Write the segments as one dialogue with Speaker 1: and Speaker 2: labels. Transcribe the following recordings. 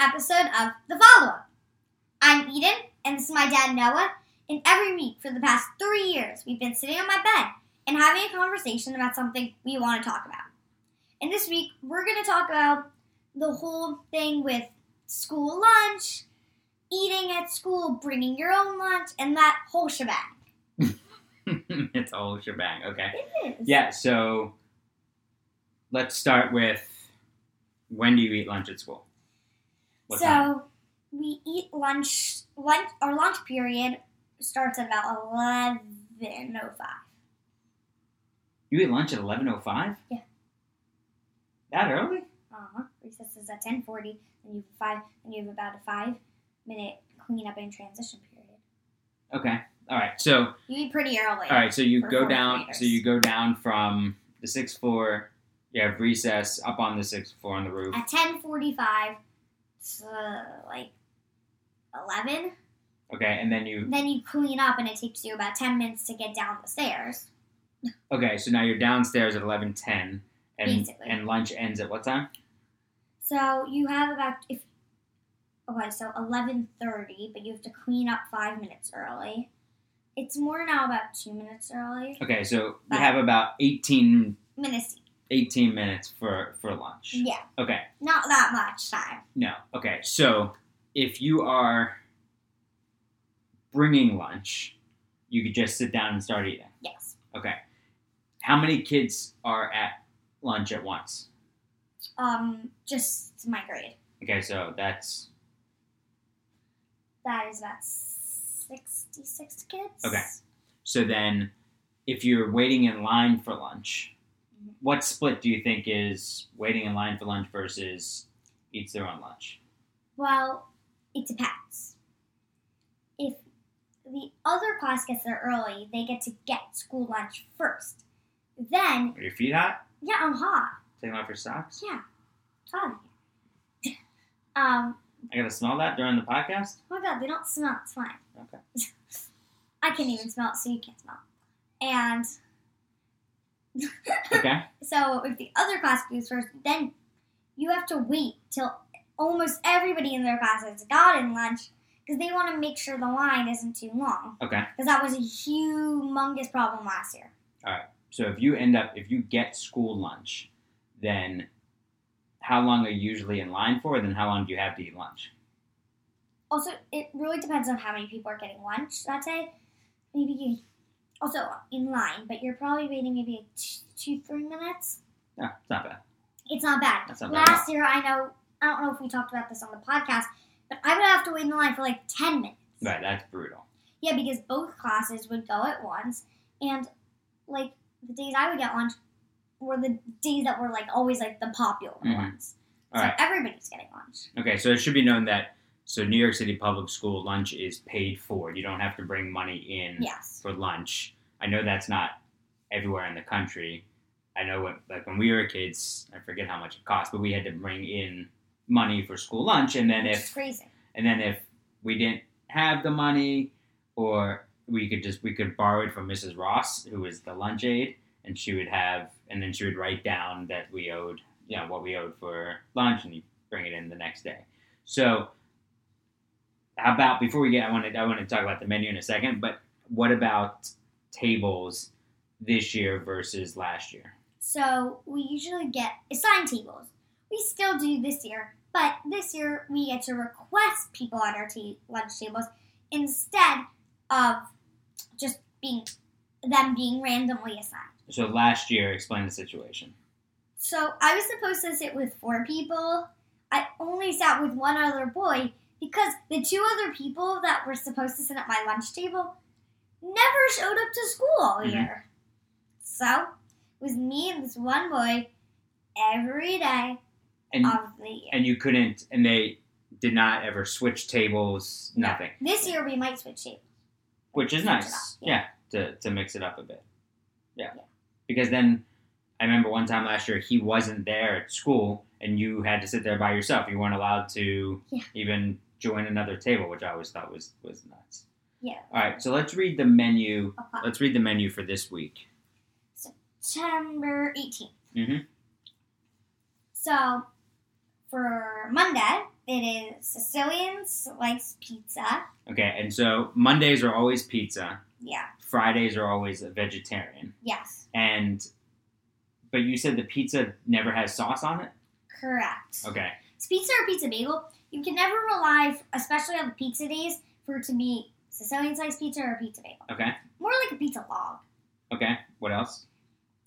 Speaker 1: episode of The Follow Up. I'm Eden, and this is my dad Noah, and every week for the past three years, we've been sitting on my bed and having a conversation about something we want to talk about. And this week, we're going to talk about the whole thing with school lunch, eating at school, bringing your own lunch, and that whole shebang.
Speaker 2: it's a whole shebang. Okay. Yeah. So let's start with when do you eat lunch at school? What
Speaker 1: so
Speaker 2: time?
Speaker 1: we eat lunch. Lunch. Our lunch period starts at about eleven oh five.
Speaker 2: You eat lunch at eleven oh five.
Speaker 1: Yeah.
Speaker 2: That early?
Speaker 1: Uh huh. Recess is at ten forty, and you have five, and you have about a five minute cleanup and transition period.
Speaker 2: Okay. All right. So
Speaker 1: You eat pretty early.
Speaker 2: All right, so you
Speaker 1: for
Speaker 2: go
Speaker 1: fourth
Speaker 2: down.
Speaker 1: graders.
Speaker 2: So you go down from the sixth floor. You have recess up on the sixth floor on the roof.
Speaker 1: At ten forty five, so like eleven.
Speaker 2: Okay, and then you.
Speaker 1: Then you clean up, and it takes you about ten minutes to get down the stairs.
Speaker 2: Okay, so now you're downstairs at eleven ten, and
Speaker 1: Basically.
Speaker 2: and lunch ends at what time?
Speaker 1: So you have about if okay, so eleven thirty, but you have to clean up five minutes early. It's more now about two minutes early.
Speaker 2: Okay, so you
Speaker 1: Five.
Speaker 2: have about 18,
Speaker 1: Minutes,
Speaker 2: 18 minutes for for lunch.
Speaker 1: yeah,
Speaker 2: Okay,
Speaker 1: not that much time.
Speaker 2: no. Okay, so if you are bringing lunch, you could just sit down and start eating.
Speaker 1: Yes,
Speaker 2: Okay, how many kids are at lunch at once?
Speaker 1: um, just my grade.
Speaker 2: Okay, so that's
Speaker 1: That is about sixty-six kids.
Speaker 2: Okay. So then, if you're waiting in line for lunch,
Speaker 1: Mhm.
Speaker 2: what split do you think is waiting in line for lunch versus eats their own lunch?
Speaker 1: Well, it depends. If the other class gets there early, they get to get school lunch first. Then,
Speaker 2: Are your feet hot?
Speaker 1: yeah, I'm hot.
Speaker 2: Taking off your socks?
Speaker 1: Yeah. Fun. um,
Speaker 2: I gotta smell that during the podcast?
Speaker 1: oh my god, they don't smell. It's fine.
Speaker 2: Okay.
Speaker 1: I can't even smell it, so you can't smell. And
Speaker 2: Okay.
Speaker 1: so if the other class goes first, then you have to wait till almost everybody in their class has gotten lunch because they want to make sure the line isn't too long.
Speaker 2: Okay.
Speaker 1: Because that was a humongous problem last year.
Speaker 2: So if you end up, if you get school lunch, then how long are you usually in line for? Then how long do you have to eat lunch?
Speaker 1: Also, it really depends on how many people are getting lunch that day. Maybe you also in line, but you're probably waiting maybe like t- two, three minutes.
Speaker 2: No, it's not bad.
Speaker 1: It's not bad.
Speaker 2: That's not bad at
Speaker 1: Last year, I know, I don't know if we talked about this on the podcast, but I would have to wait in line for like 10 minutes.
Speaker 2: Right, that's brutal.
Speaker 1: Yeah, because both classes would go at once, and like the days I would get lunch were the days that were like always like the popular
Speaker 2: Mhm.
Speaker 1: ones.
Speaker 2: All
Speaker 1: so
Speaker 2: right.
Speaker 1: everybody's getting lunch.
Speaker 2: Okay, so it should be known that so New York City public school lunch is paid for. You don't have to bring money in.
Speaker 1: Yes.
Speaker 2: for lunch. I know that's not everywhere in the country. I know what like when we were kids, I forget how much it cost, but we had to bring in money for school lunch, and then
Speaker 1: Which is
Speaker 2: if
Speaker 1: crazy.
Speaker 2: and then if we didn't have the money, or we could just we could borrow it from Mrs. Ross, who was the lunch aide, and she would have and then she would write down that we owed you know what we owed for lunch, and you bring it in the next day. So how about before we get I want to I want to talk about the menu in a second, but what about tables this year versus last year?
Speaker 1: So we usually get assigned tables. We still do this year, but this year we get to request people at our ta- lunch tables instead of just being them being randomly assigned.
Speaker 2: So last year, explain the situation.
Speaker 1: So I was supposed to sit with four people. I only sat with one other boy because the two other people that were supposed to sit at my lunch table never showed up to school all
Speaker 2: Mhm.
Speaker 1: year. So it was me and this one boy every day
Speaker 2: And
Speaker 1: of the year.
Speaker 2: and you couldn't and they did not ever switch tables,
Speaker 1: No.
Speaker 2: nothing.
Speaker 1: This year we might switch tables.
Speaker 2: which
Speaker 1: Switch
Speaker 2: is
Speaker 1: it up,
Speaker 2: nice. Yeah.
Speaker 1: yeah.
Speaker 2: to to mix it up a bit. Yeah.
Speaker 1: Yeah.
Speaker 2: because then I remember one time last year he wasn't there at school, and you had to sit there by yourself. You weren't allowed to
Speaker 1: Yeah.
Speaker 2: even join another table, which I always thought was was nuts.
Speaker 1: Yeah.
Speaker 2: All right, so let's read the menu.
Speaker 1: Okay.
Speaker 2: Let's read the menu for this week. Mm-hmm.
Speaker 1: September 18th.
Speaker 2: Mhm.
Speaker 1: So for Monday, It is Sicilian sliced pizza.
Speaker 2: Okay, and so Mondays are always pizza.
Speaker 1: Yeah.
Speaker 2: Fridays are always a vegetarian.
Speaker 1: Yes.
Speaker 2: And but you said the pizza never has sauce on it.
Speaker 1: Correct.
Speaker 2: Okay.
Speaker 1: It's pizza or pizza bagel. You can never rely, especially on the pizza days, for it to be Sicilian sliced pizza or pizza bagel.
Speaker 2: Okay.
Speaker 1: More like a pizza log,
Speaker 2: Okay. What else?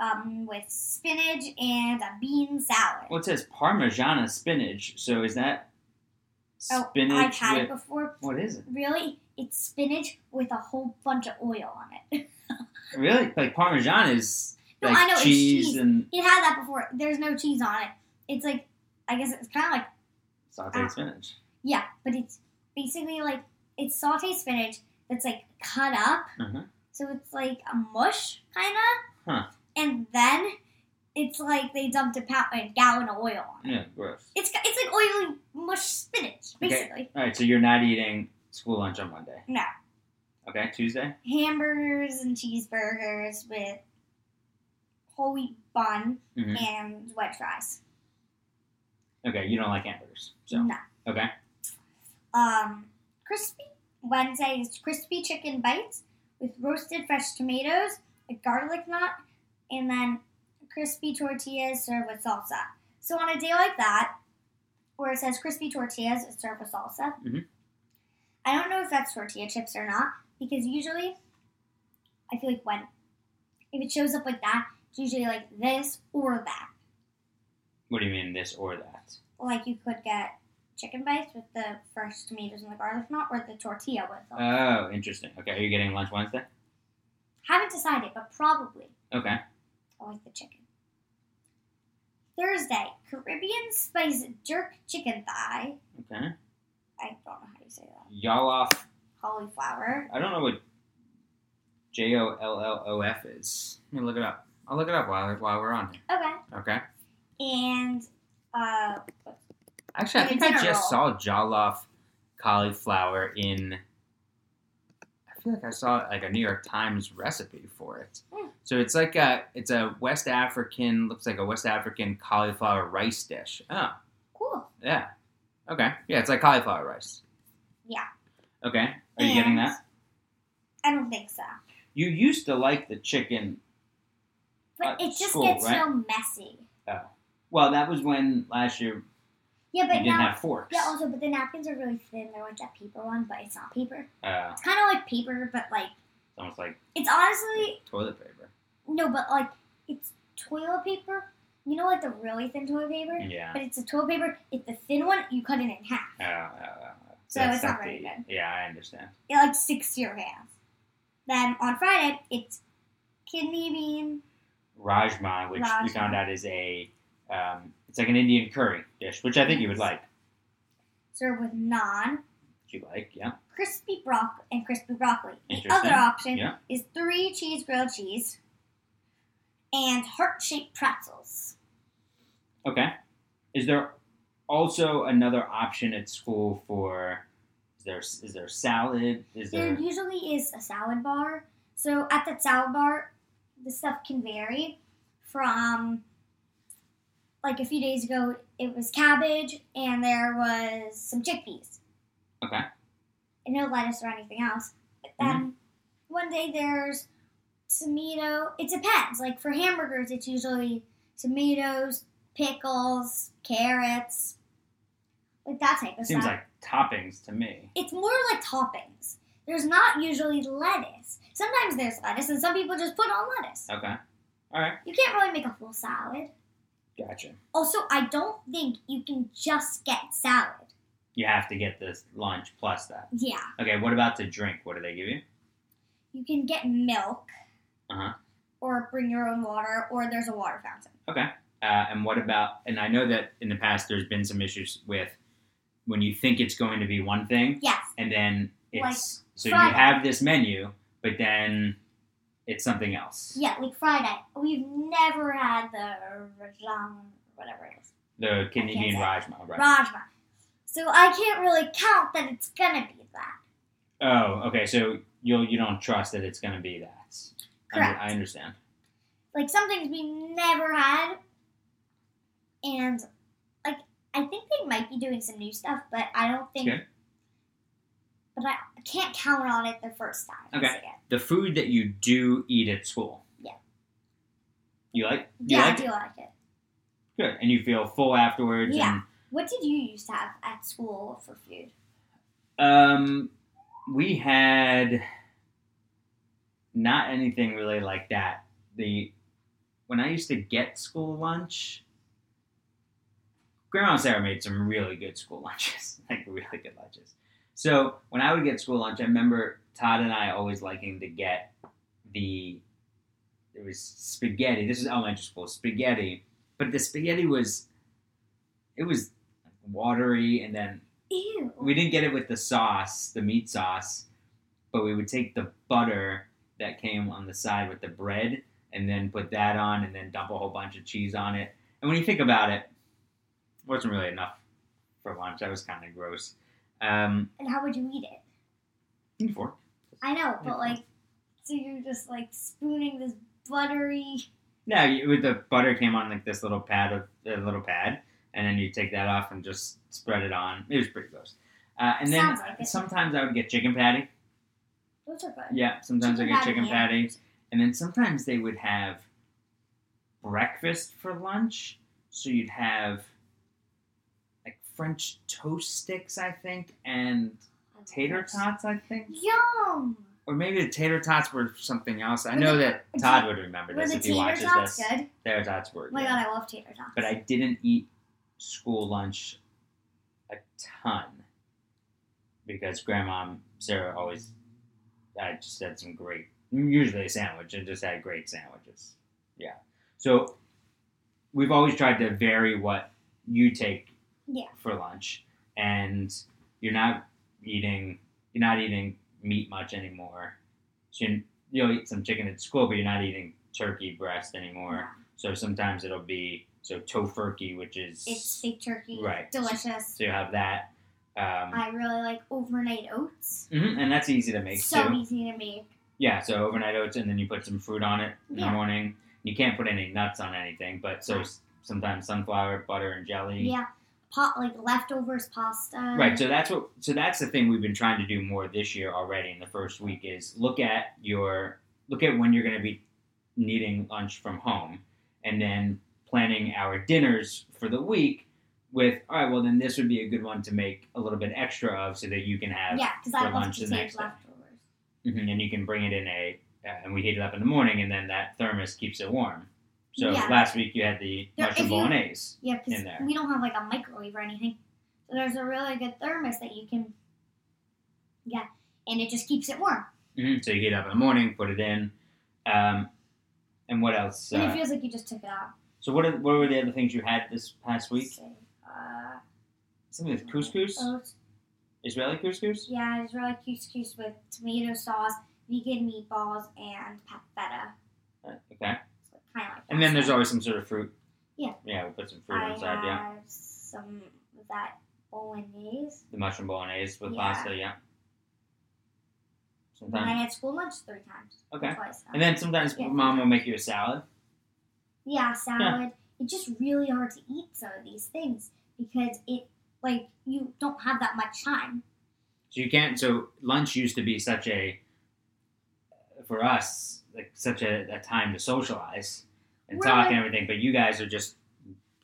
Speaker 1: um, with spinach and a bean salad.
Speaker 2: Well, it says Parmigiana spinach. So is that
Speaker 1: oh,
Speaker 2: spinach
Speaker 1: I've had
Speaker 2: with
Speaker 1: it before.
Speaker 2: what is it?
Speaker 1: Really, it's spinach with a whole bunch of oil on it.
Speaker 2: Really? Like Parmesan is
Speaker 1: No,
Speaker 2: like
Speaker 1: I know, it's
Speaker 2: cheese,
Speaker 1: cheese.
Speaker 2: and
Speaker 1: It had that before. There's no cheese on it. It's like, I guess it's kind of like,
Speaker 2: sauteed
Speaker 1: Ah.
Speaker 2: spinach.
Speaker 1: yeah, but it's basically like it's sauteed spinach that's like cut up
Speaker 2: Uh-huh.
Speaker 1: So it's like a mush, kind of.
Speaker 2: Huh.
Speaker 1: And then it's like they dumped a, pound, a gallon of oil on it.
Speaker 2: Yeah, gross.
Speaker 1: It's, got- it's like oily mush spinach,
Speaker 2: Mm. Okay.
Speaker 1: basically.
Speaker 2: All right, so you're not eating school lunch on Monday.
Speaker 1: No.
Speaker 2: Okay, Tuesday.
Speaker 1: Hamburgers and cheeseburgers with whole wheat bun
Speaker 2: Mhm.
Speaker 1: and wedge fries.
Speaker 2: Okay, you don't like hamburgers, so
Speaker 1: No.
Speaker 2: okay.
Speaker 1: Um, crispy. Wednesday is crispy chicken bites with roasted fresh tomatoes, a garlic knot, and then crispy tortillas served with salsa. So on a day like that, where it says crispy tortillas is served with salsa,
Speaker 2: Mhm.
Speaker 1: I don't know if that's tortilla chips or not because usually I feel like when if it shows up like that, it's usually like this or that.
Speaker 2: What do you mean this or that?
Speaker 1: Like you could get chicken bites with the fresh tomatoes and the garlic knot, or the tortilla with salsa.
Speaker 2: Oh, interesting. Okay, are you getting lunch Wednesday?
Speaker 1: Haven't decided, but probably.
Speaker 2: Okay.
Speaker 1: I like the chicken. Thursday, Caribbean spice jerk chicken thigh.
Speaker 2: Okay.
Speaker 1: I don't know how you say that.
Speaker 2: Y'all off.
Speaker 1: Cauliflower.
Speaker 2: I don't know what J O L L O F is. Let me look it up. I'll look it up while while we're on here.
Speaker 1: Okay.
Speaker 2: Okay.
Speaker 1: And uh,
Speaker 2: Actually, I
Speaker 1: Like a
Speaker 2: think I
Speaker 1: dinner
Speaker 2: just
Speaker 1: roll.
Speaker 2: saw jollof cauliflower in. I feel like I saw like a New York Times recipe for it.
Speaker 1: Hmm.
Speaker 2: So it's like a it's a West African looks like a West African cauliflower rice dish. Oh
Speaker 1: cool.
Speaker 2: yeah, okay yeah it's like cauliflower rice.
Speaker 1: Yeah.
Speaker 2: Okay, are you
Speaker 1: And-
Speaker 2: getting that?
Speaker 1: I don't think so.
Speaker 2: You used to like the chicken.
Speaker 1: But
Speaker 2: Uh,
Speaker 1: it just
Speaker 2: school,
Speaker 1: gets
Speaker 2: right?
Speaker 1: so messy.
Speaker 2: Well, that was when last year
Speaker 1: Yeah,
Speaker 2: you
Speaker 1: but
Speaker 2: didn't
Speaker 1: now.
Speaker 2: have forks.
Speaker 1: Yeah, also, but the napkins are really thin. They're like that paper one, but it's not paper.
Speaker 2: Uh,
Speaker 1: It's kind of like paper, but like.
Speaker 2: it's almost like
Speaker 1: It's honestly
Speaker 2: toilet paper.
Speaker 1: No, but like it's toilet paper. You know, like the really thin toilet paper.
Speaker 2: Yeah.
Speaker 1: But it's a toilet paper. It's the thin one. You cut it in half.
Speaker 2: Oh, oh, oh.
Speaker 1: So
Speaker 2: That's
Speaker 1: it's not
Speaker 2: the-
Speaker 1: very good.
Speaker 2: Yeah, I understand.
Speaker 1: It like sticks to your hands. Then on Friday, it's kidney bean.
Speaker 2: rajma, which we
Speaker 1: Rajma.
Speaker 2: found out is a um, it's like an Indian curry dish, which I think you would like.
Speaker 1: served with naan,
Speaker 2: Would you like, yeah.
Speaker 1: crispy broccoli, and crispy broccoli. The
Speaker 2: Interesting.
Speaker 1: other option
Speaker 2: Yeah.
Speaker 1: is three cheese grilled cheese and heart shaped pretzels.
Speaker 2: Okay. Is there also another option at school for? Is there is there salad? Is
Speaker 1: There
Speaker 2: there?
Speaker 1: usually is a salad bar. So at that salad bar, the stuff can vary from like a few days ago, it was cabbage and there was some chickpeas.
Speaker 2: Okay. Mm-hmm.
Speaker 1: And no lettuce or anything else. But then one day there's tomato. It depends. Like for hamburgers, it's usually tomatoes, pickles, carrots, like that type of
Speaker 2: Seems
Speaker 1: stuff
Speaker 2: like toppings to me.
Speaker 1: it's more like toppings. There's not usually lettuce. Sometimes there's lettuce, and some people just put on lettuce.
Speaker 2: Okay. All right.
Speaker 1: You can't really make a full salad.
Speaker 2: Gotcha.
Speaker 1: Also, I don't think you can just get salad.
Speaker 2: You have to get this lunch plus that.
Speaker 1: Yeah.
Speaker 2: Okay. What about to drink? What do they give you?
Speaker 1: You can get milk.
Speaker 2: Uh-huh.
Speaker 1: Or bring your own water, or there's a water fountain.
Speaker 2: Uh, and what about? And I know that in the past there's been some issues with when you think it's going to be one thing,
Speaker 1: Yes.
Speaker 2: and then it's
Speaker 1: Like
Speaker 2: so you
Speaker 1: Friday.
Speaker 2: have this menu, but then it's something else.
Speaker 1: Yeah, like Friday. We've never had the rajma, whatever it is.
Speaker 2: The kidney
Speaker 1: I can't
Speaker 2: bean
Speaker 1: say.
Speaker 2: rajma, right?
Speaker 1: Rajma. So I can't really count that it's gonna be that.
Speaker 2: Oh, okay. So you you don't trust that it's going to be that. I-
Speaker 1: Correct.
Speaker 2: I, understand.
Speaker 1: like some things we never had, and like I think they might be doing some new stuff, but I don't think.
Speaker 2: Okay.
Speaker 1: But I can't count on it the first time. I
Speaker 2: Okay.
Speaker 1: see it.
Speaker 2: The food that you do eat at school.
Speaker 1: Yeah.
Speaker 2: You like? You
Speaker 1: Yeah,
Speaker 2: like
Speaker 1: I
Speaker 2: it?
Speaker 1: do like it.
Speaker 2: Good. And you feel full afterwards.
Speaker 1: Yeah. What did you used to have at school for food?
Speaker 2: And, um, we had not anything really like that. The when I used to get school lunch, Grandma Sarah made some really good school lunches, like really good lunches. So when I would get school lunch, I remember Todd and I always liking to get the it was spaghetti. This is elementary school spaghetti, but the spaghetti was it was watery, and then
Speaker 1: Ew.
Speaker 2: we didn't get it with the sauce, the meat sauce, but we would take the butter that came on the side with the bread and then put that on and then dump a whole bunch of cheese on it. And when you think about it, it wasn't really enough for lunch. That was kind of gross. Um,
Speaker 1: And how would you eat it?
Speaker 2: fork.
Speaker 1: I know, but
Speaker 2: Yeah.
Speaker 1: like, so you're just like spooning this buttery.
Speaker 2: No, you- with the butter came on like this little pad of a little pad, and then you take that off and just spread it on. It was pretty gross. Uh, and then
Speaker 1: Sounds like it.
Speaker 2: sometimes I would get chicken patty.
Speaker 1: Those are good.
Speaker 2: Yeah, sometimes I
Speaker 1: Chicken
Speaker 2: get
Speaker 1: patty
Speaker 2: chicken
Speaker 1: and
Speaker 2: patty, and then sometimes they would have breakfast for lunch. So you'd have like French toast sticks, I think, and tater tots, I think,
Speaker 1: Yum.
Speaker 2: or maybe the tater tots were something else. I
Speaker 1: Were
Speaker 2: know
Speaker 1: the-
Speaker 2: that Todd would remember
Speaker 1: Were
Speaker 2: this
Speaker 1: the
Speaker 2: if he
Speaker 1: tater
Speaker 2: watches
Speaker 1: tots
Speaker 2: this.
Speaker 1: good?
Speaker 2: Tater tots were.
Speaker 1: Oh my
Speaker 2: good.
Speaker 1: god, I love tater tots.
Speaker 2: but I didn't eat school lunch a ton because Grandma Sarah always I just had some great usually a sandwich and just had great sandwiches. Yeah. So we've always tried to vary what you take
Speaker 1: Yeah.
Speaker 2: for lunch and you're not eating you're not eating meat much anymore. So you- you'll eat some chicken at school but you're not eating turkey breast anymore. So sometimes it'll be so tofurkey, which is
Speaker 1: It's fake turkey.
Speaker 2: Right.
Speaker 1: Delicious.
Speaker 2: so you have that, um,
Speaker 1: I really like overnight oats.
Speaker 2: mhm, and that's easy to make
Speaker 1: so
Speaker 2: too.
Speaker 1: easy to make.
Speaker 2: Yeah, so overnight oats, and then you put some fruit on it in
Speaker 1: Yeah.
Speaker 2: the morning. You can't put any nuts on anything, but so s- sometimes sunflower butter and jelly.
Speaker 1: Yeah. Pot like leftovers pasta.
Speaker 2: Right, so that's what so that's the thing we've been trying to do more this year already in the first week is look at your look at when you're going to be needing lunch from home and then planning our dinners for the week with all right, well then this would be a good one to make a little bit extra of so that you can have
Speaker 1: Yeah, because
Speaker 2: for
Speaker 1: I love
Speaker 2: lunch
Speaker 1: to
Speaker 2: the
Speaker 1: take
Speaker 2: next day.
Speaker 1: leftovers.
Speaker 2: Mhm, and you can bring it in a uh, and we heat it up in the morning and then that thermos keeps it warm. So
Speaker 1: Yeah.
Speaker 2: last week you had the
Speaker 1: There-
Speaker 2: mushroom
Speaker 1: if you-
Speaker 2: bolognese.
Speaker 1: Yeah, because
Speaker 2: In there.
Speaker 1: we don't have like a microwave or anything. So there's a really good thermos that you can. Yeah, and it just keeps it warm.
Speaker 2: hmm So you heat it up in the morning, put it in, um, and what else?
Speaker 1: and
Speaker 2: uh,
Speaker 1: it feels like you just took it out.
Speaker 2: So what are, what were the other things you had this past week?
Speaker 1: So, uh,
Speaker 2: Something with couscous,
Speaker 1: oats.
Speaker 2: Israeli couscous.
Speaker 1: Yeah, it's really couscous with tomato sauce, vegan meatballs, and pa- feta.
Speaker 2: Uh, Okay,
Speaker 1: So kind of like
Speaker 2: and then
Speaker 1: pasta.
Speaker 2: there's always some sort of fruit.
Speaker 1: Yeah.
Speaker 2: Yeah, we put some fruit
Speaker 1: I uh,
Speaker 2: inside. Yeah,
Speaker 1: have some of that bolognese.
Speaker 2: the mushroom bolognese with
Speaker 1: Yeah.
Speaker 2: pasta. Yeah.
Speaker 1: And I
Speaker 2: Sometimes.
Speaker 1: had school lunch three times.
Speaker 2: Okay.
Speaker 1: Twice.
Speaker 2: And then sometimes
Speaker 1: Yeah.
Speaker 2: mom will make you a salad.
Speaker 1: Yeah, salad. It's just really hard to eat some of these things because it like you don't have that much time.
Speaker 2: So you can't. So lunch used to be such a for us like such a, a time to socialize and
Speaker 1: Well,
Speaker 2: talk
Speaker 1: like-
Speaker 2: and everything. But you guys are just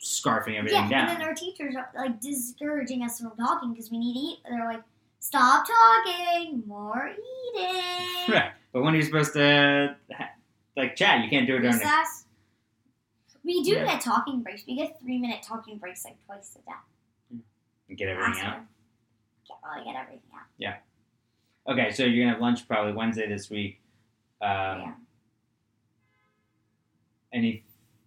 Speaker 2: scarfing
Speaker 1: yeah,
Speaker 2: everything
Speaker 1: and
Speaker 2: down.
Speaker 1: then our teachers are like discouraging us from talking because we need to eat. They're like, "Stop talking, more eating."
Speaker 2: Right. But when are you supposed to ha- like chat? You can't do it during the
Speaker 1: Recess. We do
Speaker 2: Yeah.
Speaker 1: get talking breaks. We get three minute talking breaks like twice a day.
Speaker 2: get everything out.
Speaker 1: Can't really get everything out.
Speaker 2: Okay, so you're gonna have lunch probably Wednesday this week. Um,
Speaker 1: yeah.
Speaker 2: Any,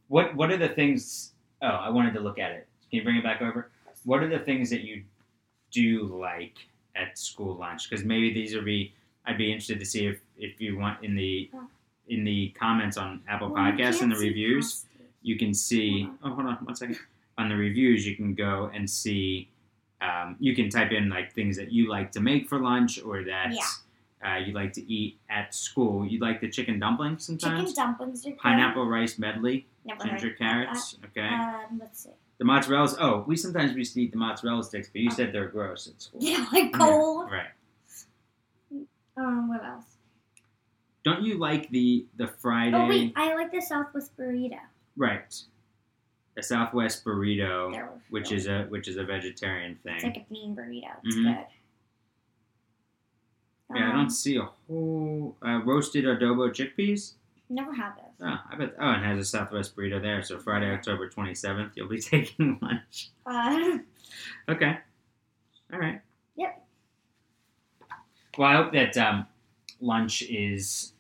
Speaker 2: what what are the things? Oh, I wanted to look at it. Can you bring it back over? What are the things that you do like at school lunch? Because maybe these would be. I'd be interested to see if if you want in the in the comments on Apple
Speaker 1: Well, you
Speaker 2: Podcasts
Speaker 1: can't
Speaker 2: and the
Speaker 1: see
Speaker 2: reviews.
Speaker 1: past it.
Speaker 2: you can see.
Speaker 1: Hold
Speaker 2: Oh, hold on one second. On the reviews, you can go and see. Um, you can type in like things that you like to make for lunch or that uh, you like to eat at school. You like the chicken dumplings sometimes.
Speaker 1: Chicken dumplings are good.
Speaker 2: Pineapple rice medley,
Speaker 1: Never heard
Speaker 2: ginger
Speaker 1: about that.
Speaker 2: carrots. Okay.
Speaker 1: Um, let's see.
Speaker 2: The mozzarella. Oh, we sometimes used to eat the mozzarella sticks, but you said they're gross at school.
Speaker 1: Yeah, like cold.
Speaker 2: Right.
Speaker 1: Um, what else?
Speaker 2: Don't you like the the Friday?
Speaker 1: Oh wait, I like the Southwest burrito.
Speaker 2: Right. A Southwest burrito,
Speaker 1: They're
Speaker 2: Oh, which
Speaker 1: really-
Speaker 2: is a which is a vegetarian thing.
Speaker 1: it's like a bean burrito. It's
Speaker 2: Mhm.
Speaker 1: good.
Speaker 2: yeah, I
Speaker 1: Um,
Speaker 2: don't see a whole uh, roasted adobo chickpeas.
Speaker 1: Never had those.
Speaker 2: Oh, I bet. Oh, and it has a Southwest burrito there. So Friday, October twenty seventh, you'll be taking lunch.
Speaker 1: Uh,
Speaker 2: Okay. All right.
Speaker 1: Yep.
Speaker 2: Well, I hope that um, lunch is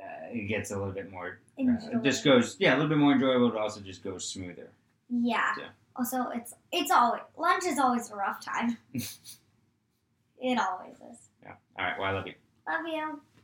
Speaker 2: uh, it gets a little bit more. Uh,
Speaker 1: enjoy.
Speaker 2: just goes yeah, a little bit more enjoyable, but also just goes smoother.
Speaker 1: Yeah.
Speaker 2: Yeah.
Speaker 1: Also, it's it's always lunch is always a rough time. it always is.
Speaker 2: Yeah. All right. Well, I love you.
Speaker 1: Love you.